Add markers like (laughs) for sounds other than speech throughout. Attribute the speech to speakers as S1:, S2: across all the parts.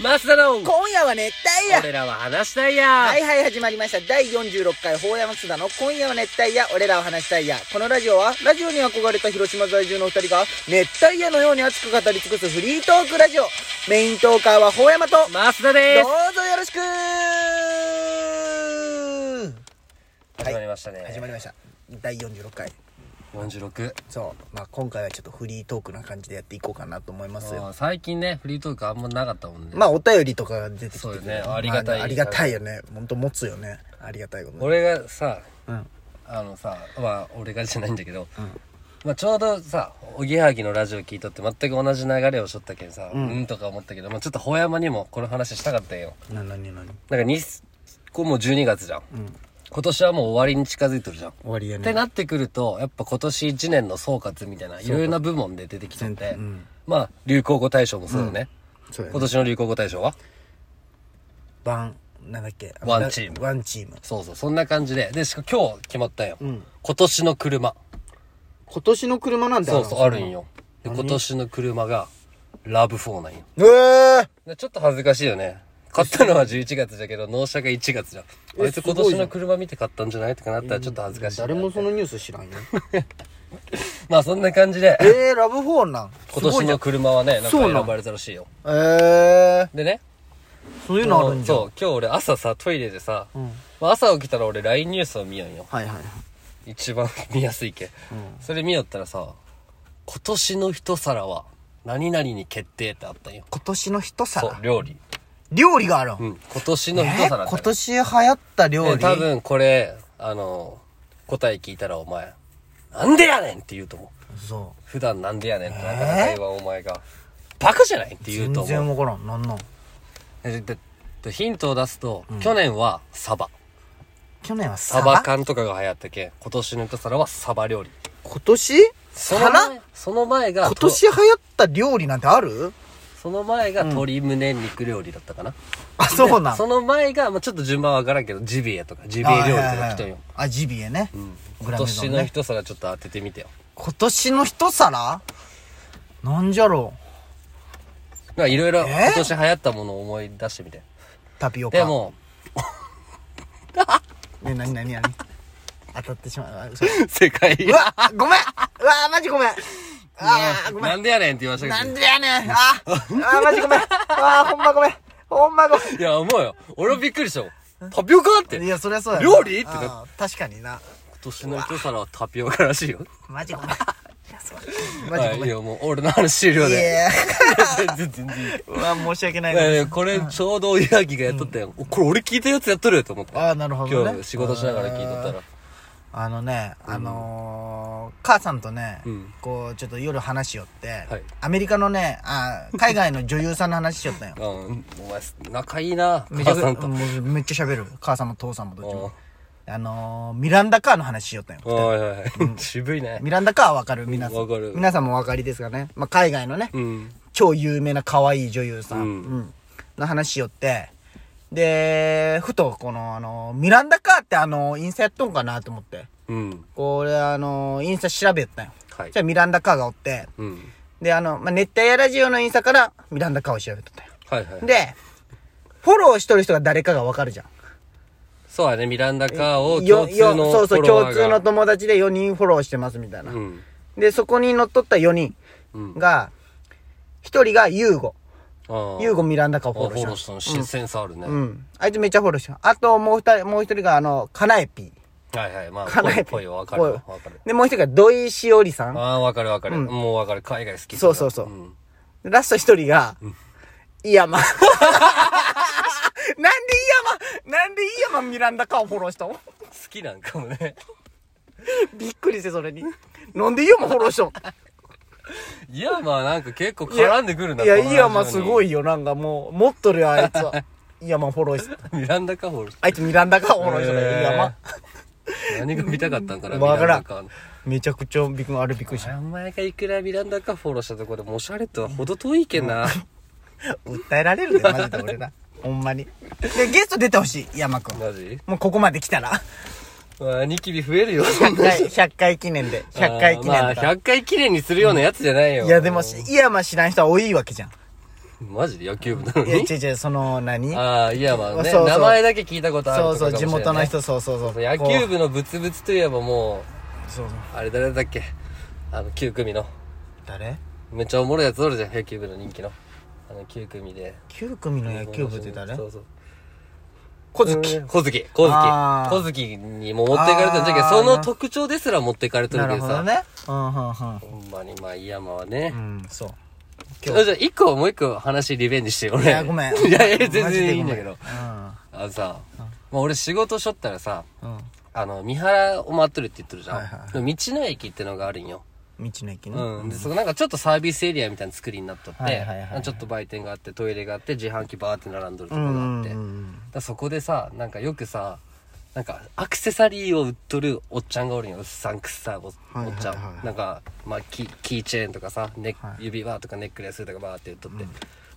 S1: マスダの
S2: 今夜は熱帯夜
S1: 俺らは話したいや
S2: はいはい始まりました第46回法山津田の今夜は熱帯夜俺らを話したいやこのラジオはラジオに憧れた広島在住のお二人が熱帯夜のように熱く語り尽くすフリートークラジオメイントーカーは法山とどう
S1: マスダです
S2: ぞよろしくはい
S1: 始まりましたね
S2: 始まりました第46回
S1: 46
S2: そうまあ今回はちょっとフリートークな感じでやっていこうかなと思いますよ
S1: あー最近ねフリートークあんまなかったもんね
S2: まあお便りとかが出てきて
S1: そう
S2: く
S1: よ
S2: る
S1: ねありがたい
S2: ありがたいよね本当持つよねありがたいこと
S1: 俺がさ
S2: うん
S1: あのさまあ俺がじゃないんだけど、
S2: ん
S1: まあ、ちょうどさおぎやはぎのラジオ聞いとって全く同じ流れをしとったけんさうん、とか思ったけど、まあ、ちょっとほやまにもこの話したかったんよ
S2: な何何
S1: なんかにこれもう12月じゃん、今年はもう終わりに近づいてるじゃん
S2: 終わりや
S1: ってなってくるとやっぱ今年1年の総括みたいないろいろな部門で出てきちゃって、
S2: うん
S1: まあ流行語大賞もそうよね、
S2: そうや
S1: 今
S2: ね
S1: 年の流行語大賞は
S2: ワンなんだっけ
S1: ワンチーム
S2: ワンチーム
S1: そうそうそんな感じででしか今日決まったよ、
S2: ん
S1: 今年の車
S2: 今年の車なんだ
S1: そうそうあるんよで今年の車がラブ4なんよ
S2: えー、
S1: でちょっと恥ずかしいよね買ったのは11月だけど納車が1月じゃん
S2: え
S1: あいつ今年の車見て買ったんじゃないとかなったらちょっと恥ずかしいな
S2: 誰もそのニュース知らんよ
S1: まあそんな感じで
S2: えー、ラブフォーなん
S1: 今年の車はねなんか
S2: そうなん
S1: 選ばれたらしいよ
S2: えー、
S1: でね
S2: そういうのあるんじゃん
S1: そう今日俺朝さトイレでさ、
S2: ん
S1: まあ朝起きたら俺 LINE ニュースを見やんよ
S2: はいはい
S1: 一番見やすいけ、それ見よったらさ「今年の一皿は何々に決定」ってあったんよ
S2: 今年の一
S1: そう
S2: 皿
S1: 料理
S2: 料理があるん、
S1: うん今年
S2: え
S1: の一皿ってあ
S2: ー、
S1: る
S2: 今年流行った料
S1: で
S2: 理
S1: 多分これあの答え聞いたらお前「なんでやねん!」って言うと思う
S2: そ
S1: 普段なんでやねんってなかなか言わんお前が「バカじゃない!」って
S2: う
S1: 言
S2: 全
S1: うと思う
S2: 然わからんなんなん
S1: でででヒントを出すと、去年はサバ
S2: 去年はサ
S1: サ
S2: バ
S1: バ缶とかが流行ったけん今年の一皿はサバ料理
S2: 今年
S1: その
S2: 皿
S1: 前その前が
S2: 今年流行った料理なんてある
S1: その前が鶏胸肉料理だったかな、
S2: あそうなん
S1: その前が、まあ、ちょっと順番わからんけどジビエとかジビエ料理とか来たんよ、
S2: あジビエね、グ
S1: 今
S2: ラメゾ
S1: 年
S2: ン
S1: の
S2: ね
S1: 一皿ちょっと当ててみてよ
S2: 今年の一皿なんじゃろう
S1: まあいろいろ
S2: えー
S1: 今年流行ったものを思い出してみて
S2: タピオカ
S1: でも
S2: ねなになになに当たってしまうあ嘘
S1: 世界
S2: うわごめんうわマジごめんあーごめん
S1: なんでやねんって言わせた
S2: な
S1: け
S2: ん
S1: ど
S2: でやねんあーあーマジごめんあーほんまごめんほんまごめ
S1: いや思うよ俺はびっくりしたもんタピオカって
S2: んい
S1: 今
S2: やそりゃそうやな
S1: 料理ってな
S2: あー確かにな
S1: 年の一皿はタピオカらしいよ
S2: マジごめんいやそうマジ
S1: は
S2: ご
S1: い
S2: めん
S1: いいよもう俺の話終了
S2: い
S1: で
S2: や
S1: (laughs) 全然全然いいよ
S2: うわ申し訳ない
S1: いやい
S2: な
S1: やこれちょうどおやぎがやっとったよ、おこれ俺聞いたやつやっとるよと思って
S2: ああなるほどね
S1: 今日仕事しながら聞いとったら
S2: あのね、あのー母さんとね、
S1: うん
S2: こう、ちょっと夜話しよって、
S1: はい。
S2: アメリカのね、あー海外の女優さんの話しよったんよ
S1: うんお前仲いいな
S2: めちゃ
S1: (laughs) 母
S2: く
S1: さんと
S2: もうめっちゃ喋る。母さんも父さんもどっち
S1: おう
S2: も。あのーミランダカーの話しよったんよ。
S1: おいおいおい渋いね
S2: ミランダカーはわかる皆さん。
S1: わかる
S2: 皆さんもお分かりですがね。まあ、海外のね、
S1: うん
S2: 超有名な可愛い女優さん、
S1: う
S2: うんんの話しよって、で、ふと、この、あのーミランダカーってあのーインスタやっとんかなと思って。
S1: うん
S2: これあのーインスタ調べよったんよ。
S1: はい
S2: じゃミランダカーがおって、
S1: うん
S2: で、あの、まあ、熱帯夜ラジオのインスタからミランダカーを調べとったよ。
S1: はいはい
S2: で、フォローしとる人が誰かがわかるじゃん。
S1: そうだねミランダカーを
S2: よ
S1: 共通
S2: よ
S1: の
S2: そうそう、
S1: フォロワ
S2: 共
S1: ー
S2: 通
S1: が
S2: の友達で4人フォローしてますみたいな。
S1: うん
S2: で、そこに乗っ取った4人が、1人がユーゴ。
S1: あー
S2: ユーゴミランダカー
S1: あフ
S2: を
S1: ォ
S2: フォ
S1: ロ
S2: ロ
S1: ー
S2: ー
S1: し
S2: したた。
S1: の新センスあるね
S2: うん。あいつめっちゃフォローしてるあともう二人、もう一人があの、カナエピ。
S1: はいはいまあ
S2: カ
S1: ぽ
S2: ナ
S1: い
S2: エピ。
S1: ぽいよわかるわ
S2: ぽい
S1: わかる
S2: で、もう一人が土井しおりさん。
S1: ああわかるわかるもうわかる海外好き
S2: そうそうそう
S1: うん
S2: ラスト一人が、イヤマ。なん (laughs) でイヤマ、なんでイヤマミランダカーをフォローしたの
S1: 好きなんかもね
S2: (laughs) びっくりして、それに。なんでイヤマフォロー (laughs) したの
S1: いやまあなんか結構絡んでくるない
S2: や、イヤマすご
S1: い
S2: いよ。なんかもう、持っとるよ、あいつ (laughs) は。イヤマフォローし
S1: ミランダカーフォローし
S2: あいつミランダカーをフォローしたの
S1: へー
S2: イヤマ。
S1: 何が見たかったんかな
S2: わからん
S1: ミランダカーの
S2: めちゃくちゃびっくり、あれびっくりした。
S1: お前がいくらミランダカーフォローしたところでもしゃれとはほど遠いけんな。
S2: 訴えられ (laughs) るで、マジで俺ら。ほんまに。で、ゲスト出てほしい、イヤマくん。
S1: マジ
S2: もうここまで来た (laughs) ら。
S1: うわニキビ増
S2: (laughs)
S1: えるよ。
S2: 100回、100回記念で。100回記念
S1: あー
S2: で。
S1: まあ、100回記念にするようなやつじゃないよ。
S2: いやでもし、イヤマ知らん人は多いわけじゃん。
S1: マジで野球部なの
S2: いや違
S1: に
S2: う違うその何
S1: ああ、いやまあ
S2: そ
S1: ね、
S2: うそう
S1: 名前だけ聞いたことある
S2: そう
S1: とか
S2: そう
S1: かもし
S2: 地
S1: れない
S2: 元の人そうそうそう
S1: 野球部のブツブツといえばも
S2: そうそう
S1: う、あれ誰だっけあの、9組の。
S2: 誰
S1: めっちゃおもろいやつおるじゃん、野球部の人気の。あの、9組で。
S2: 九組の野球部って誰
S1: そうそう。
S2: 小
S1: 小
S2: 月
S1: 月。小月。小月
S2: あ。ー
S1: 小月にも持っていかれてるんだけど、
S2: あー
S1: その特徴ですら持っていかれてる
S2: な
S1: わけ
S2: る
S1: ど
S2: ほ
S1: さ。
S2: どねうんうんうん
S1: ほんまに、まあ、井山はね。
S2: うん、そう。
S1: あじゃあ、一個、もう一個話リベンジしてよ、俺。
S2: いや、ごめん。
S1: (laughs) いや、いや全
S2: マジでごめ
S1: 然いいんだけど。
S2: う
S1: あのさ、まあ俺仕事しょったらさ、
S2: ん。
S1: あの、三原を回っとるって言ってるじゃん。
S2: はいはい
S1: でも道の駅ってのがあるんよ。
S2: うん。道の駅ね。
S1: うん。で、そこなんかちょっとサービスエリアみたいな作りになっとって、
S2: はいはいはい
S1: ちょっと売店があって、トイレがあって、自販機バーって並んどると
S2: う
S1: こ
S2: ん。
S1: が
S2: う
S1: あっ
S2: ん
S1: て。
S2: う
S1: だか
S2: ん。
S1: らそこでさ、なんかよくさ、なんかアクセサリーを売っとるおっちゃんがおるんよ。うっさんくっさお,、
S2: いはいはい
S1: おっちゃん。なんか、まあキ、キーチェーンとかさ、ネッ
S2: はい
S1: 指輪とかネックレスとかバーって売っとって。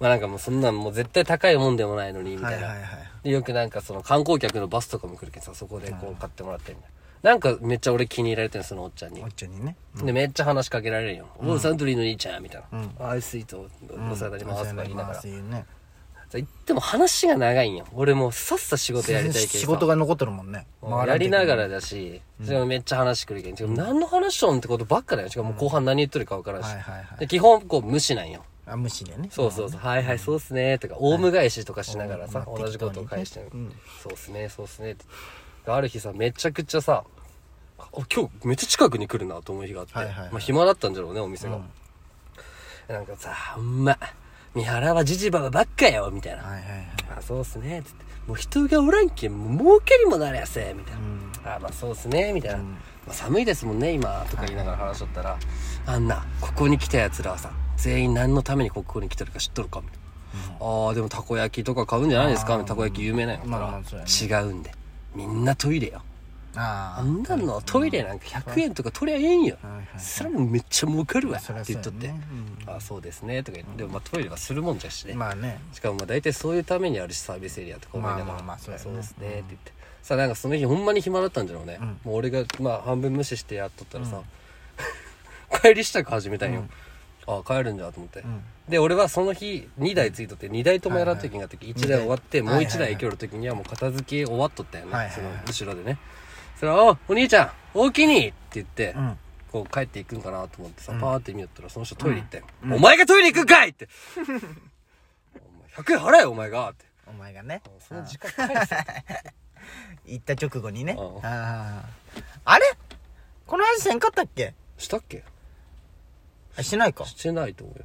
S1: まあなんかもうそんなんもう絶対高いもんでもないのに、み
S2: は
S1: た
S2: い
S1: い
S2: はい
S1: な。
S2: はい。
S1: でよくなんかその観光客のバスとかも来るけどさそこでこう買ってもらってみたいななんかめっちゃ俺気に入られてるそのおっちゃんに
S2: おっちゃんにね。
S1: でめっちゃ話しかけられるよ「おうサントリーの兄ちゃん」みたいな
S2: うん
S1: 「アイスイートお世話になります」とか言いながら
S2: そういうね。
S1: 言っても話が長いんよ俺もうさっさ仕事やりたいけどさ
S2: 仕事が残ってるもんね。
S1: もうやりなが
S2: ら。
S1: らだし、それもめっちゃ話してくるけん。しかも何の話しとんってことばっかだよ。しかももう後半何言っとるかわからんし。
S2: はいはいはい
S1: で基本こう無視なんよ。
S2: あ、無視でね。
S1: そうそうそう、はいはい、そうっすねとか、オウム返しとかしながらさ、
S2: うんまあ
S1: 同じことを返してる、
S2: 適当にね
S1: そうっすね、そうっすねって。である日さ、めちゃくちゃさ、あ今日めっちゃ近くに来るなと思う日があって、
S2: はいはいはい
S1: まあ暇だったんだろうね、お店が。なんかさ、ほんま、三原はジジババばっかよ、みたいな。
S2: はいはいはい。
S1: あ、そうっすね、つって。もう人がおらんけん、もう儲けにもなりゃせ、みたいな。
S2: うん
S1: あ、まあそうっすね、みたいな。
S2: ん
S1: まあ、寒いですもんね、今、とか言いながら話しとったら、あんな、ここに来た奴らはさ、全員何のためにここに来てるか知っとるか、みたいな。ああ、でもたこ焼きとか買うんじゃないですか
S2: あー
S1: たこ焼き有名なんやから、
S2: まあまあそうや
S1: 違うんで。みんなトイレよ。あ
S2: あ
S1: んなんのトイレなんか100円とか取りゃええんよ
S2: はいはいは。い
S1: それもめっちゃ儲かるわ。って
S2: そりゃそう
S1: 言っ
S2: やね
S1: とって。ああ、そうですね。とか言って。でもまあトイレはするもんじゃしね
S2: あ。。まあね。
S1: しかもまあ大体そういうためにあるしサービスエリアとか思いながら、
S2: まあまあまあそうやね
S1: そうですねって言って、さあなんかその日ほんまに暇だったんだろうね、
S2: ん
S1: もう俺がまあ半分無視してやっとったらさ、 (laughs) 帰り支度始めたんよ、ああ帰るんだと思って、
S2: ん
S1: で俺はその日2台ついとって2台ともやらんといけなかった時1台終わって
S2: はい
S1: もう
S2: はい
S1: 1台行ける時にはもう片付け終わっとったよね、
S2: はいはい
S1: その後ろでねそれは「おお兄ちゃん大きに!」って言って、
S2: ん
S1: こう帰っていくんかなと思ってさ、パーって見よったらその人トイレ行って、お前がトイレ行くんかい!」って「100円払えよお前が!」って
S2: お前がね。
S1: その時間返せ
S2: 行った直後にね。
S1: うん
S2: あーあれこの話せんかったっけ
S1: したっけ
S2: あしないか。
S1: してないと思うよ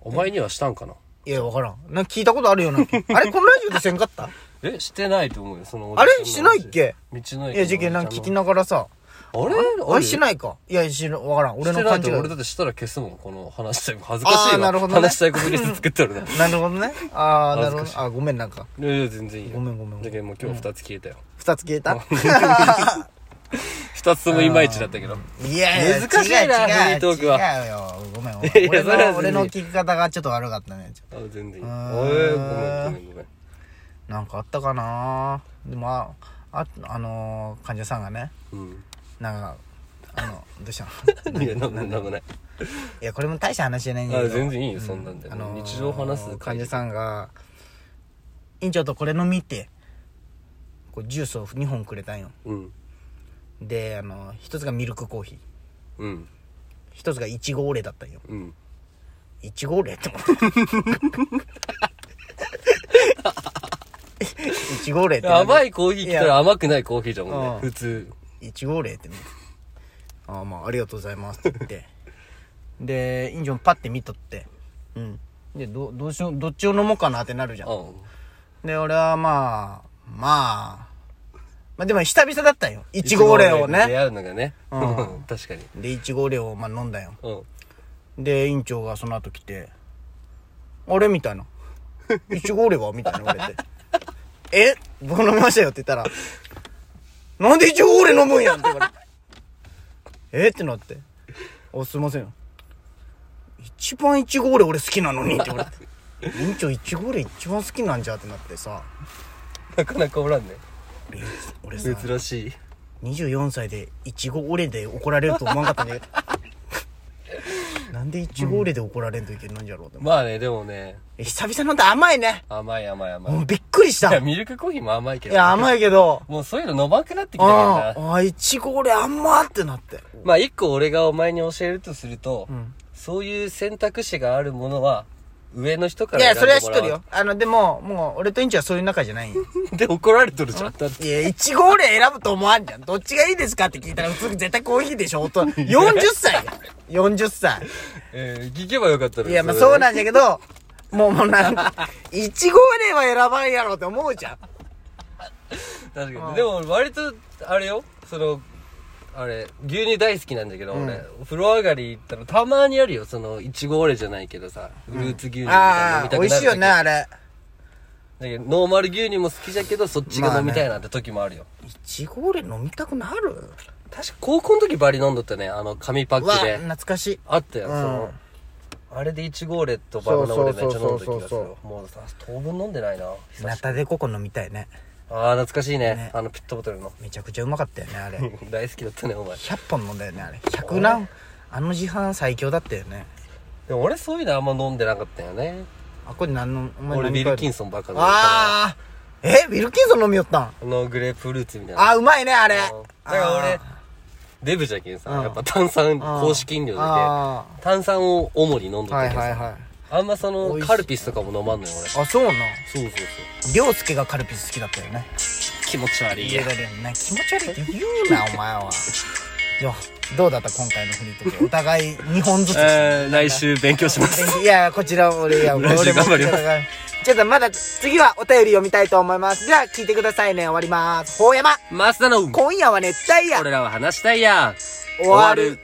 S1: お前にはしたんかない
S2: や、わからん。なんか聞いたことあるよ
S1: (laughs)
S2: な。あれこのラジオでせんかった
S1: えしてないと思うよそのおじ
S2: あれ
S1: ちゃんの話
S2: しないっけ
S1: 道の駅
S2: いや、事件なんか聞き
S1: な
S2: ながらさ。
S1: あれ
S2: あれし
S1: い
S2: ないか。いや、しろ、わからん。
S1: 俺
S2: 俺
S1: の
S2: の
S1: 感
S2: 感
S1: じ
S2: じ
S1: 俺だ
S2: が。
S1: ってしたら消すもんこの話したい恥ずかしい
S2: あー
S1: わ
S2: なるほどね
S1: 話したいことリスト作ってるな
S2: なるほどね。ああ、なる
S1: 恥
S2: ほど。あ、ごめん、なんか。
S1: いやいや全然いいよ
S2: ごめんごめん
S1: だけどもう今日2つ消えたよ
S2: 二つ消えた
S1: 2つともいまいちだったけど
S2: (laughs) いやいや、
S1: 難しいな
S2: 違う
S1: フリートークは
S2: 違うよ。ごめん、
S1: (laughs) いや
S2: 俺
S1: それは
S2: の、俺の
S1: 全
S2: 聞き方がちょっと悪かったね。ちょ
S1: あ全然い
S2: あ
S1: いあ
S2: ー
S1: えごめんごめんごめん
S2: なんかあったかなでも、あ、あ、あのー、患者さんがね、 (laughs)
S1: う
S2: なんか、あの、どうしたの
S1: んいやなんもなんもない
S2: いや、これも大した話じゃないんだけど。
S1: あ全然いいよそんなんで
S2: あのー
S1: 日常話す
S2: 患
S1: 感
S2: 者
S1: じ
S2: さんが「院長とこれ飲み」ってこうジュースを2本くれたんよ
S1: うん
S2: であの一つがミルクコーヒー
S1: うん
S2: 一つがいちごオレだったんよ
S1: うん
S2: いちごオレって思って (laughs) いちごオレってなんだ
S1: 甘いコーヒー来たら甘くないコーヒーじゃんもんね
S2: う
S1: 普通
S2: いちごオレってねああまあありがとうございますって言ってで院長パッて見とってうんでどどうしようどっちを飲もうかなってなるじゃん
S1: う
S2: で、俺はまあ、まあ、まあでも久々だったんよ。いちごオレを
S1: いちごオレに出
S2: ね。
S1: 会うのがね
S2: う
S1: (laughs) 確かに
S2: で、いちごオレをまあ飲んだよ。
S1: うん
S2: で、院長がその後来て、あれみたい
S1: (laughs)
S2: な。いちごオレがみたいな言われて。え僕飲みましたよって言ったら、なんでいちごオレ飲むんやんって言われて。えってなって。お、すいません。一番いちごオレ俺好きなのにって言われ
S1: (laughs)
S2: て。院長いちごオレ一番好きなんじゃってなってさ。
S1: なかなかおらんね
S2: 俺俺さ、
S1: 珍しい (laughs)
S2: 24歳でいちごオレで怒られると思わんかったねななんで1号令で怒られんといけないんじゃろうって、
S1: まあね、でもね、
S2: え久々なんて甘いね
S1: 甘い甘い甘い。
S2: もう
S1: い
S2: びっくりした
S1: や、
S2: い
S1: ミルクコーヒーも甘いけど。
S2: や甘いけど
S1: もうそういうの飲まくなってきたから
S2: あ
S1: な。
S2: あ1号令甘ってなって
S1: まあ一個俺がお前に教えるとすると、
S2: ん
S1: そういう選択肢があるものは、上の人か
S2: い
S1: ら
S2: やそれは知
S1: 選
S2: っ
S1: ん
S2: と
S1: でも
S2: る
S1: らわ
S2: よあのでももう俺とインチはそういう仲じゃないんよ
S1: (laughs) で、怒られとるじゃん。だって
S2: いや1号令選ぶと思わんじゃんどっちがいいですかって聞いたら普通絶対コーヒーでしょ
S1: (laughs)
S2: 大人40歳や40歳
S1: えー、聞けばよかったのに
S2: いや、まあそう
S1: だ
S2: なんだけど、もうもうなん
S1: (laughs)
S2: か、1号令は選ばんやろって思うじゃん。
S1: 確かに。でも、割と、あれよ、その、あれ、牛乳大好きなんだけど、俺、風呂上がり行ったら、たまにあるよ、その、いちごオレじゃないけどさ、フルーツ牛乳みたいなの飲
S2: ああ、
S1: みたくなる
S2: 美味しいよね、あれ。
S1: だけど、ノーマル牛乳も好きじゃけど、そっちが飲みたいなって時もあるよ。
S2: 1号令飲みたくなる
S1: 確か高校の時バリ飲んどったね、あの、紙パッ
S2: うわ、
S1: クで。
S2: 懐かしい。
S1: あったよ、その、あれで1号レッドバナナオレめっちゃ飲んだ気
S2: そうそう
S1: が
S2: そう
S1: する
S2: そ
S1: よ。もうさ、当分飲んでないな。久
S2: ナ
S1: し
S2: タデココ飲みたいね。
S1: ああ、懐かしいね
S2: ね
S1: あの、ペットボトルの。
S2: めちゃくちゃうまかったよね、あれ。
S1: 大好きだったね、お前。
S2: 100本飲んだよね、あれ。100何あの自販最強だったよね。
S1: でも俺そういうのあんま飲んでなかったよね。
S2: あ、これ何の、お前
S1: 俺、
S2: 何
S1: ウィルキン
S2: ソ
S1: ソンばっか飲んでたから。
S2: あ
S1: あ
S2: あえ、ウィルキンソン飲みよったん
S1: の、グレープフルーツみたいな。
S2: あ、うまいね、あれ。
S1: だから俺、デブじゃけんさ、やっぱ炭酸
S2: あー、
S1: 高資金量で
S2: あ
S1: 炭酸を主に飲んどっ
S2: あはい
S1: たけど
S2: はい
S1: さ、
S2: はい。
S1: あんまそ
S2: 美味
S1: の、
S2: しい
S1: カルピスとかも飲まんのよ、俺。
S2: あ、そうなん。
S1: そうそうそう。
S2: 涼介がカルピス好きだったよね。
S1: 気持ち悪い
S2: いやだからな気持ち悪いって言うなお前はよどうだった今回のフリートークお互い2本ずつ、
S1: えー、来週勉強します。
S2: いやこちら俺いや俺
S1: 来週頑張ります
S2: すちょっとまだ次はお便り読みたいと思いますでは聞いてくださいね終わりますほうやま
S1: マスダの
S2: 今夜は熱帯夜
S1: 俺らは話したいや
S2: 終わる